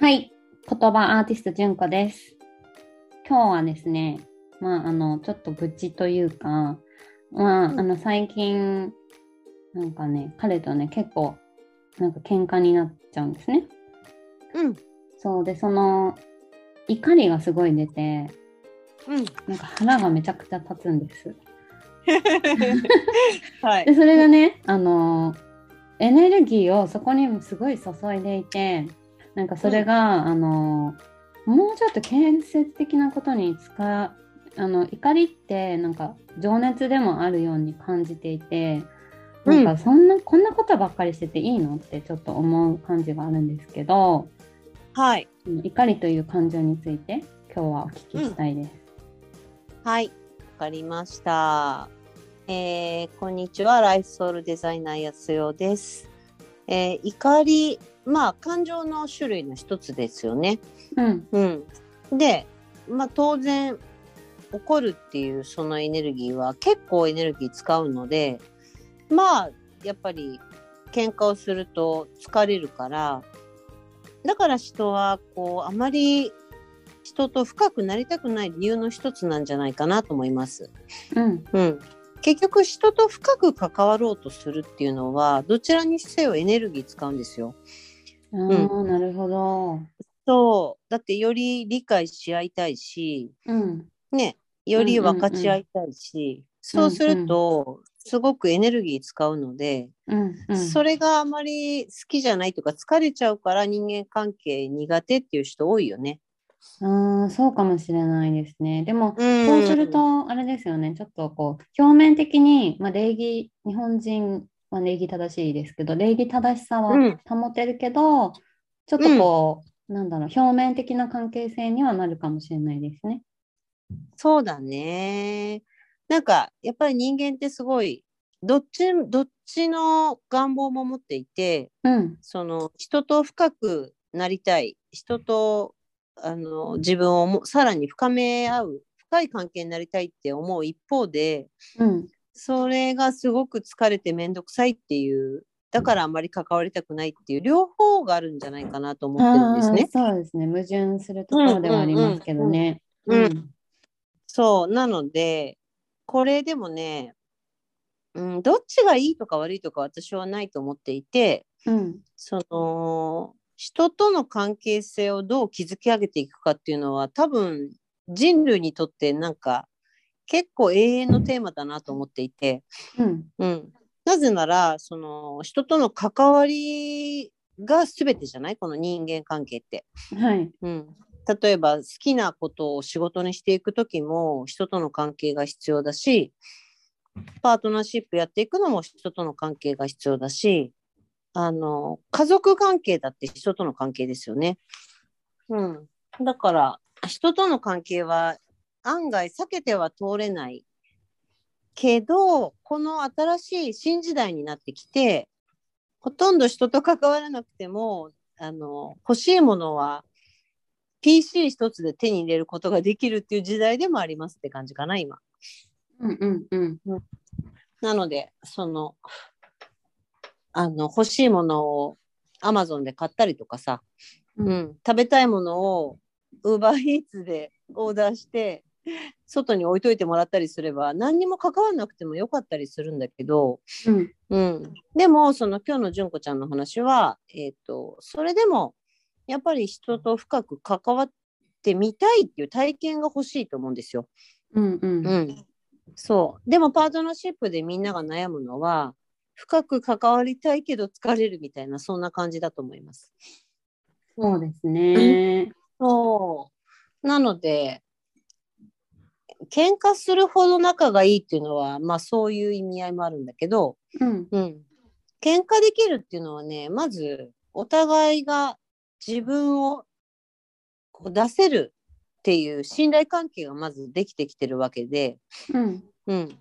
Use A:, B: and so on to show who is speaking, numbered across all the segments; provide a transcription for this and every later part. A: はい、言葉アーティスト純子です。今日はですね、まああのちょっと愚痴というか、まああ
B: うん
A: の最近なんかね、彼とね結構なんか喧嘩になっちゃうんですね。
B: うん。
A: そうでその怒りがすごい出て、
B: うん。
A: なんか腹がめちゃくちゃ立つんです。
B: は
A: で
B: い。
A: それがね、あのエネルギーをそこにもすごい注いでいてなんかそれが、あのもうちょっと建設的なことに使うあの怒りってなんか情熱でもあるように感じていてなんかそんな、こんなことばっかりしてていいのってちょっと思う感じがあるんですけど
B: はい。
A: 怒りという感情について今日はお聞きしたいです。
B: はい。わかりました。えーこんにちは。ライフソウルデザイナーやすよです。えー怒り、まあ、感情の種類の一つですよね。
A: うん、
B: うん。で、まあ、当然、怒るっていうそのエネルギーは結構エネルギー使うので、まあ、やっぱり喧嘩をすると疲れるから、だから人は、こう、あまり人と深くなりたくない理由の一つなんじゃないかなと思います。
A: うん、
B: うん、結局人と深く関わろうとするっていうのはどちらにせよエネルギー使うんですよ。
A: あーなるほど。
B: そうだってより理解し合いたいし、
A: うん、
B: ね、より分かち合いたいし、そうするとすごくエネルギー使うので、
A: うん、うん、
B: それがあまり好きじゃないとか疲れちゃうから人間関係苦手っていう人多いよね。
A: ああ、そうかもしれないですね。でも、
B: うん
A: そうすると、あれですよね、ちょっとこう、表面的に、まあ、礼儀、日本人は礼儀正しいですけど、礼儀正しさ
B: う
A: は
B: ん
A: 保てるけど、ちょっとこう、なんだろう、表面的な関係性にはなるかもしれないですね。
B: そうだね。なんかやっぱり人間ってすごいどっちどっちの願望も持っていて
A: うん、
B: その人と深くなりたい人とあの自分をもさらに深め合う深い関係になりたいって思う一方で
A: うん、
B: それがすごく疲れて面倒くさいっていうだからあんまり関わりたくないっていう両方があるんじゃないかなと思ってるんです
A: あ
B: ね。
A: ーそうですね、矛盾するところではありますけどね。
B: うんうんうん
A: ん、
B: そうなのでこれでもね、うん、どっちがいいとか悪いとか私はないと思っていて
A: うん、
B: その人との関係性をどう築き上げていくかっていうのは多分人類にとってなんか結構永遠のテーマだなと思っていて、
A: うん、
B: うん、なぜならその人との関わりが全てじゃないこの人間関係って。
A: はい、
B: うん、例えば好きなことを仕事にしていく時も人との関係が必要だしパートナーシップやっていくのも人との関係が必要だしあの家族関係だって人との関係ですよね。うん、だから人との関係は案外避けては通れないけどこの新しい新時代になってきてほとんど人と関わらなくてもあの欲しいものは PC 一つで手に入れることができるっていう時代でもありますって感じかな今。
A: うん、うん、うん、
B: なのでそのあの欲しいものを Amazon で買ったりとかさ、
A: う
B: うんん食べたいものを UberEats でオーダーして外に置いといてもらったりすれば何にも関わらなくてもよかったりするんだけど、
A: うん、
B: うん、でもその今日の純子ちゃんの話は、えー、とそれでもやっぱり人と深く関わってみたいっていう体験が欲しいと思うんですよ。
A: うん、うん、
B: うん、そうでもパートナーシップでみんなが悩むのは深く関わりたいけど疲れるみたいなそんな感じだと思います。
A: そうですね。
B: そうなので喧嘩するほど仲がいいっていうのはまあそういう意味合いもあるんだけど、
A: うん、
B: うん、喧嘩できるっていうのはねまずお互いが自分をこう出せるっていう信頼関係がまずできてきてるわけで、
A: うん、
B: うん、例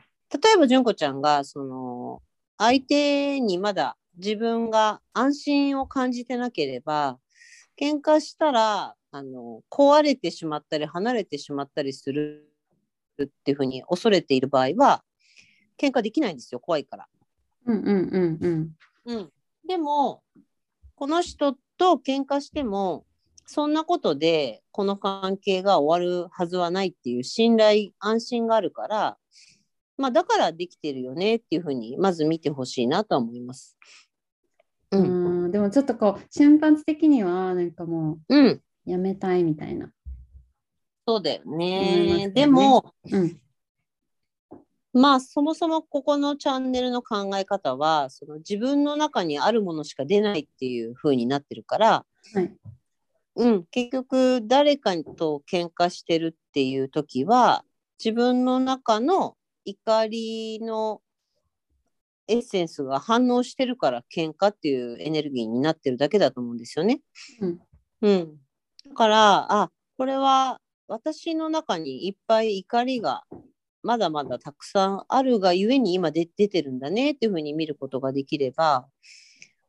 B: えば純子ちゃんがその相手にまだ自分が安心を感じてなければ喧嘩したらあの壊れてしまったり離れてしまったりするっていうふうに恐れている場合は喧嘩できないんですよ怖いから。
A: うん、うん、うん、うん。
B: うん、でもこの人と喧嘩してもそんなことで、この関係が終わるはずはないっていう信頼、安心があるから、まあ、だからできてるよねっていうふうに、まず見てほしいなとは思います。う。
A: うんん、でもちょっとこう瞬発的にはなんかも
B: うん。
A: うやめたいみたいな。
B: そうだよ
A: 思いますけど
B: ね。
A: ね
B: でも、
A: うん
B: まあ、そもそもここのチャンネルの考え方は、その自分の中にあるものしか出ないっていうふうになってるから、
A: はい
B: うん、結局誰かと喧嘩してるっていう時は自分の中の怒りのエッセンスが反応してるから喧嘩っていうエネルギーになってるだけだと思うんですよね。
A: うん
B: うん、だからあこれは私の中にいっぱい怒りがまだまだたくさんあるがゆえに今で出てるんだねっていうふうに見ることができれば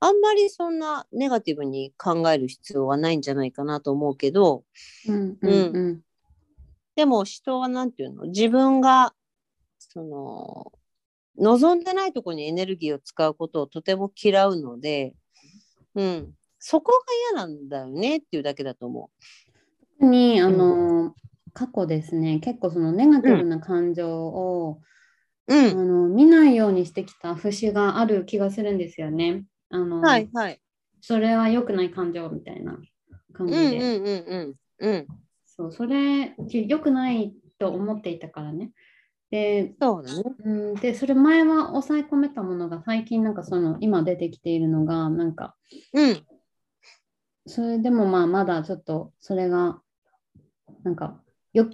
B: あんまりそんなネガティブに考える必要はないんじゃないかなと思うけど
A: うんうんうん
B: でも人は何て言うの自分がその望んでないところにエネルギーを使うことをとても嫌うので、うん、そこが嫌なんだよねっていうだけだと思
A: 特にあの過去ですね結構そのネガティブな感情を、
B: う。うん
A: あの見ないようにしてきた節がある気がするんですよね。あの
B: はいはい。
A: それは良くない感情みたいな感
B: うん
A: じ
B: う
A: で、
B: んうんうん。うん。
A: そうそれき良くないと思っていたからね。で
B: そうだね。
A: うん、でそれ前は抑え込めたものが最近なんかその今出てきているのがなんか
B: うん。
A: それでもまあまだちょっとそれがなんかよ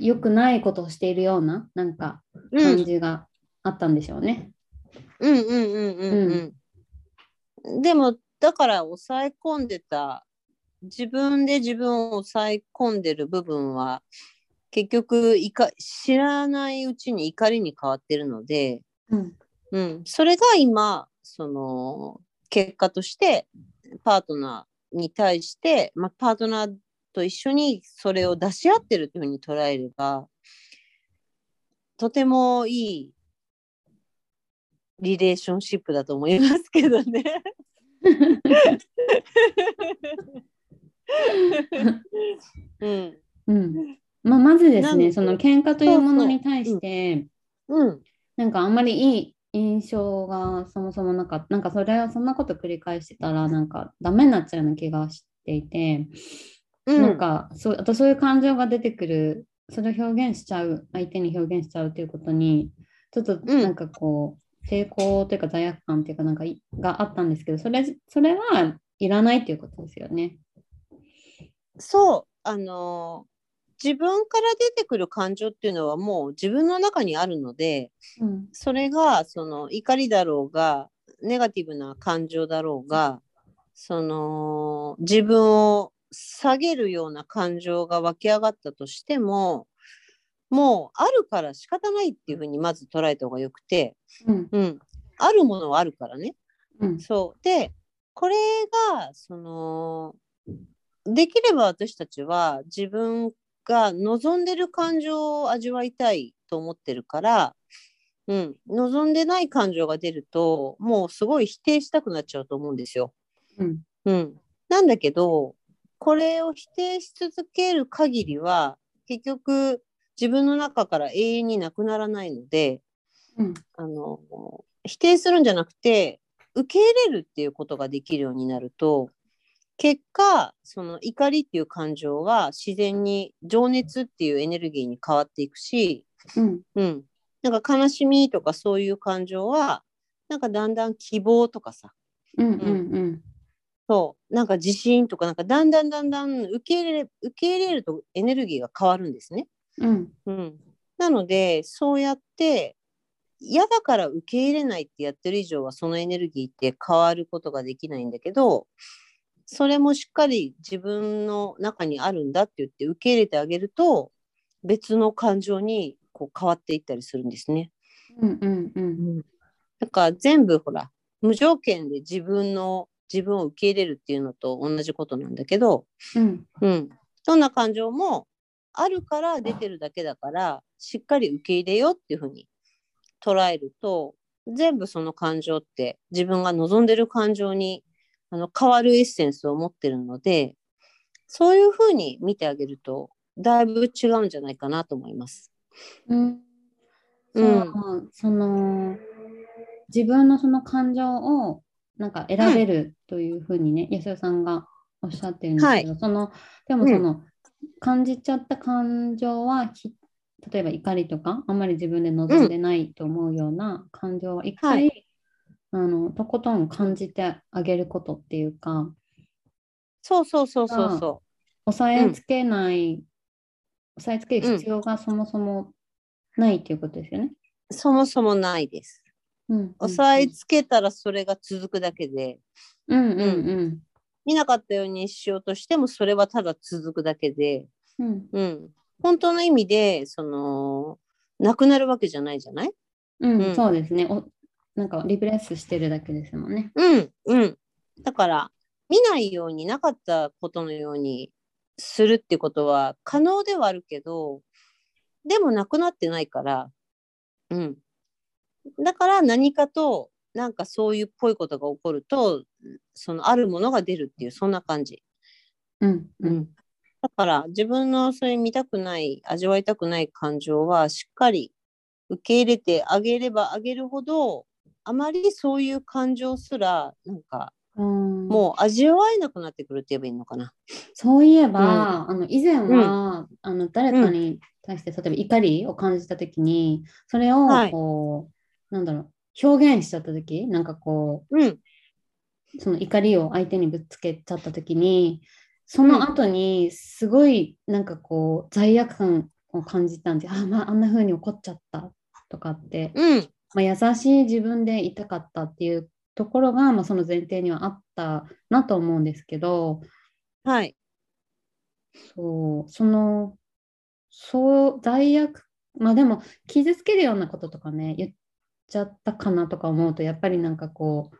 A: 良くないことをしているようななんか
B: う
A: 感
B: ん。
A: じがあったんでしょうね。
B: うんうんうんうんうん。でも、だから抑え込んでた、自分で自分を抑え込んでる部分は、結局いか、知らないうちに怒りに変わってるので、
A: うん
B: うん、それが今その結果としてパートナーに対して、まあ、パートナーと一緒にそれを出し合ってるというふうに捉えればとてもいいリレーションシップだと思いますけど ね。うん、
A: うんまあ、まずです
B: な
A: ね
B: ん
A: その喧嘩というもの
B: そうそう
A: に対して
B: うん、
A: なんかあんまりいい印象がそもそもなかったなんかそれはそんなこと繰り返してたらなんかダメになっちゃうような気がしていて。
B: うん、
A: なんかそうあとそういう感情が出てくるそれを表現しちゃう相手に表現しちゃうということにちょっと
B: うん
A: なんかこう、抵抗というか罪悪感というかなんかいがあったんですけどそれそれはいらないということですよね。
B: そう、あのー自分から出てくる感情っていうのはもう自分の中にあるので、
A: うん
B: それがその怒りだろうが、ネガティブな感情だろうが、その自分を下げるような感情が湧き上がったとしても、もうあるから仕方ないっていうふうにまず捉えた方がよくて、
A: うん
B: うん、あるものはあるからね。
A: うん
B: そう。で、これが、その、できれば私たちは自分が望んでる感情を味わいたいと思ってるから、うん、望んでない感情が出ると、もうすごい否定したくなっちゃうと思うんですよ。
A: うん
B: うん。なんだけど、これを否定し続ける限りは、結局自分の中から永遠になくならないので、
A: うん
B: あの否定するんじゃなくて受け入れるっていうことができるようになると結果その怒りっていう感情が自然に情熱っていうエネルギーに変わっていくし、
A: うん
B: うん、なんか悲しみとかそういう感情はなんかだんだん希望とかさ
A: うんうん
B: そうなんか自信とかなんかだんだんだんだん受け入れ受け入れるとエネルギーが変わるんですね。
A: うんうん
B: うん、なのでそうやって嫌だから受け入れないってやってる以上はそのエネルギーって変わることができないんだけどそれもしっかり自分の中にあるんだって言って受け入れてあげると別の感情にこう変わっていったりするんですね。
A: うんうんうん
B: だから全部ほら無条件で自分の自分を受け入れるっていうのと同じことなんだけど、
A: うん
B: うん、どんな感情もあるから出てるだけだからしっかり受け入れようっていうふうに捉えると全部その感情って自分が望んでる感情にあの変わるエッセンスを持ってるのでそういうふうに見てあげると、だいぶ違うんじゃないかなと思います。
A: うん、
B: う
A: そ
B: ん
A: うその自分のその感情をなんか選べるというふうにね、安代さんがおっしゃってるんですけど、そのでもその、感じちゃった感情はき例えば怒りとかあんまり自分で望んでないと思うような感情は一回、あのとことん感じてあげることっていうか
B: そうそうそうそうそ
A: 抑えつけない、抑えつける必要がそもそもないっていうことですよね。
B: う。そもそもないです。
A: うんうんうん
B: 押さえつけたらそれが続くだけで、
A: うんうんうん
B: 見なかったようにしようとしてもそれはただ続くだけで、
A: うん
B: うん。本当の意味で、その、なくなるわけじゃないじゃない
A: うん
B: うん
A: そうですね。おなんかリプレイスしてるだけですもんね。
B: うん、うん。だから、見ないようになかったことのようにするってことは可能ではあるけど、でもなくなってないから、うん。だから何かと、なんかそういうっぽいことが起こると、そのあるものが出るっていう、そんな感じ。
A: うんう
B: うんん。だから、自分のそういう見たくない、味わいたくない感情は、しっかり受け入れてあげればあげるほど、あまりそういう感情すら、なんか、
A: もう
B: もう味わえなくなってくるって言えばいいのかな。
A: そういえば、あの以前は、あの誰かに対して例えば怒りを感じた時にそれを
B: はい
A: こう、なんだろう表現しちゃった時なんかこ
B: うん。
A: うその怒りを相手にぶつけちゃった時にその後にすごいなんかこう罪悪感を感じたんで、あ、まあ、あんな風に怒っちゃったとかって
B: うん。
A: まあ、優しい自分でいたかったっていうところが、まあ、その前提にはあったなと思うんですけど
B: はい。
A: そうそのそう罪悪まあでも傷つけるようなこととかね言っちゃったかなとか思うとやっぱりなんかこう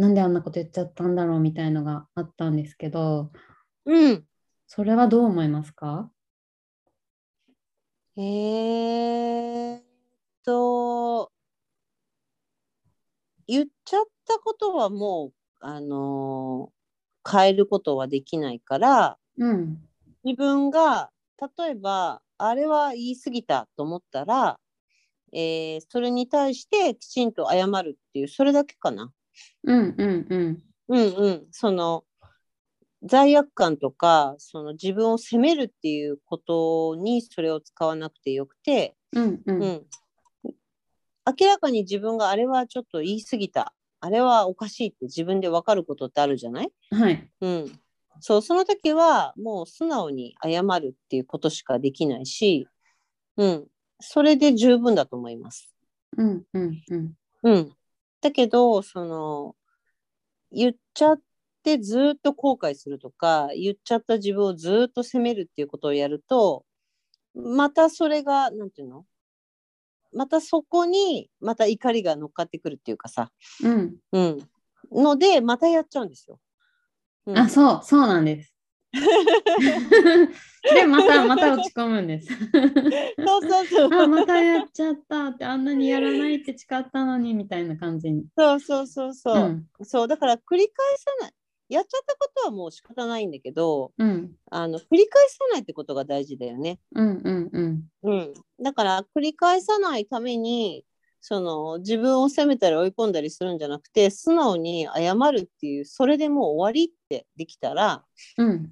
A: なんであんなこと言っちゃったんだろうみたいのがあったんですけど
B: うん。
A: それはどう思いますか
B: えーっと、言っちゃったことはもう、あのー変えることはできないから、
A: うん
B: 自分が、例えば、あれは言い過ぎたと思ったら、えーそれに対してきちんと謝るっていう、それだけかな。
A: うんうんうん
B: うんうん、その罪悪感とかその自分を責めるっていうことにそれを使わなくてよくて、
A: うんう
B: うんん、明らかに自分があれはちょっと言い過ぎたあれはおかしいって自分で分かることってあるじゃない、
A: はい
B: うん、そうその時はもう素直に謝るっていうことしかできないし、うん、それで十分だと思います。
A: うんうんうん
B: うん。だけど、その、言っちゃってずーっと後悔するとか、言っちゃった自分をずーっと責めるっていうことをやると、またそれが、なんていうのまたそこに、また怒りが乗っかってくるっていうかさ、
A: うん
B: うん。ので、またやっちゃうんですよ。うん
A: あ、そう、そうなんです。で、また、また落ち込むんです。
B: そうそうそう。
A: あ、またやっちゃったって、あんなにやらないって誓ったのにみたいな感じに。
B: そうそうそうそう。
A: ん、
B: そう、だから繰り返さない。やっちゃったことはもう仕方ないんだけど、
A: うん、
B: あの、繰り返さないってことが大事だよね。
A: うん、うん、うん。
B: うん、だから繰り返さないためにその自分を責めたり追い込んだりするんじゃなくて素直に謝るっていうそれでもう終わりってできたら、
A: うん、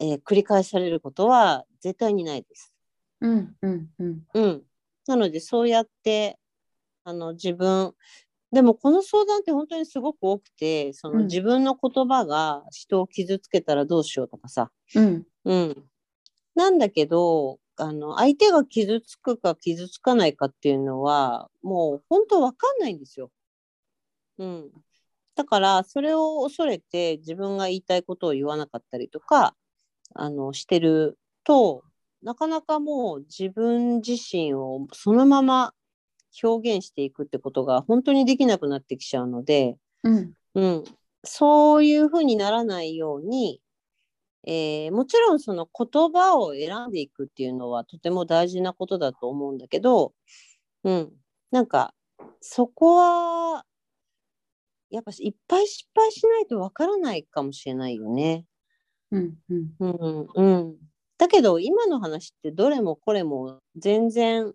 B: えー繰り返されることは絶対にないです。
A: うん、うん、うん。
B: うん、なのでそうやってあの自分でもこの相談って本当にすごく多くてそ
A: うん
B: の自分の言葉が人を傷つけたらどうしようとかさ、
A: うん、
B: うん。なんだけど、あの、相手が傷つくか傷つかないかっていうのは、もう本当わかんないんですよ。うん。だから、それを恐れて自分が言いたいことを言わなかったりとか、あの、してると、なかなかもう自分自身をそのまま表現していくってことが本当にできなくなってきちゃうので、
A: うん、
B: うん、そういうふうにならないように、えーもちろんその言葉を選んでいくっていうのはとても大事なことだと思うんだけど、うん、なんかそこはやっぱいっぱい失敗しないとわからないかもしれないよね。
A: ううんうん
B: うんうん、だけど今の話ってどれもこれも全然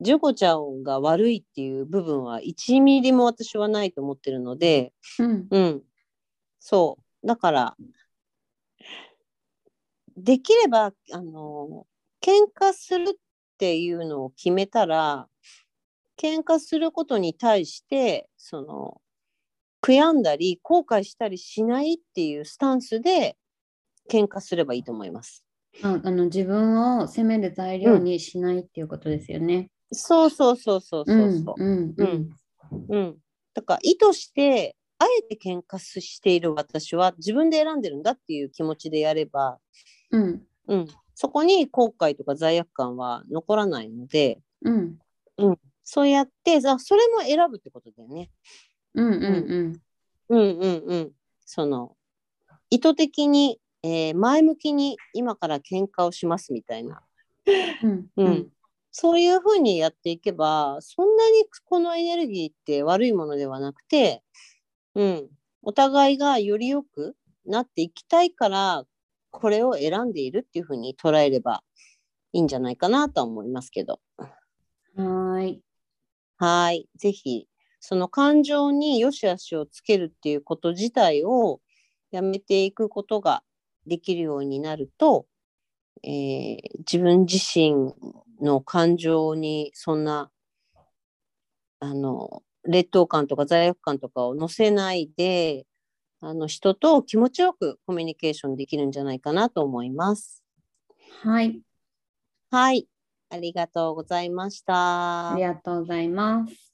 B: ジュコちゃんが悪いっていう部分は1ミリも私はないと思ってるので、
A: うん
B: うん、そうだからできればあの喧嘩するっていうのを決めたら喧嘩することに対してその悔やんだり後悔したりしないっていうスタンスで喧嘩すればいいと思います。
A: ああの自分を責める材料にしないっていうことですよね。
B: そうそうそうそうそうそう。
A: うんうんうん
B: うん、だから意図してあえて喧嘩している私は自分で選んでるんだっていう気持ちでやれば、
A: うん
B: うん、そこに後悔とか罪悪感は残らないので
A: うん
B: そうやってあそれも選ぶってことだよね。
A: うんうん
B: うんうんうん、その意図的に、えー前向きに今から喧嘩をしますみたいな、
A: うん
B: う
A: うんん
B: そういうふうにやっていけばそんなにこのエネルギーって悪いものではなくて、うん、お互いがより良くなっていきたいからこれを選んでいるっていうふうに捉えればいいんじゃないかなとは思いますけど。
A: はーい
B: はい。ぜひ、その感情に良し悪しをつけるっていうこと自体をやめていくことができるようになると、えー自分自身の感情にそんな、あの、劣等感とか罪悪感とかを乗せないで、あの人と気持ちよくコミュニケーションできるんじゃないかなと思います。
A: はい
B: はい。ありがとうございました。
A: ありがとうございます。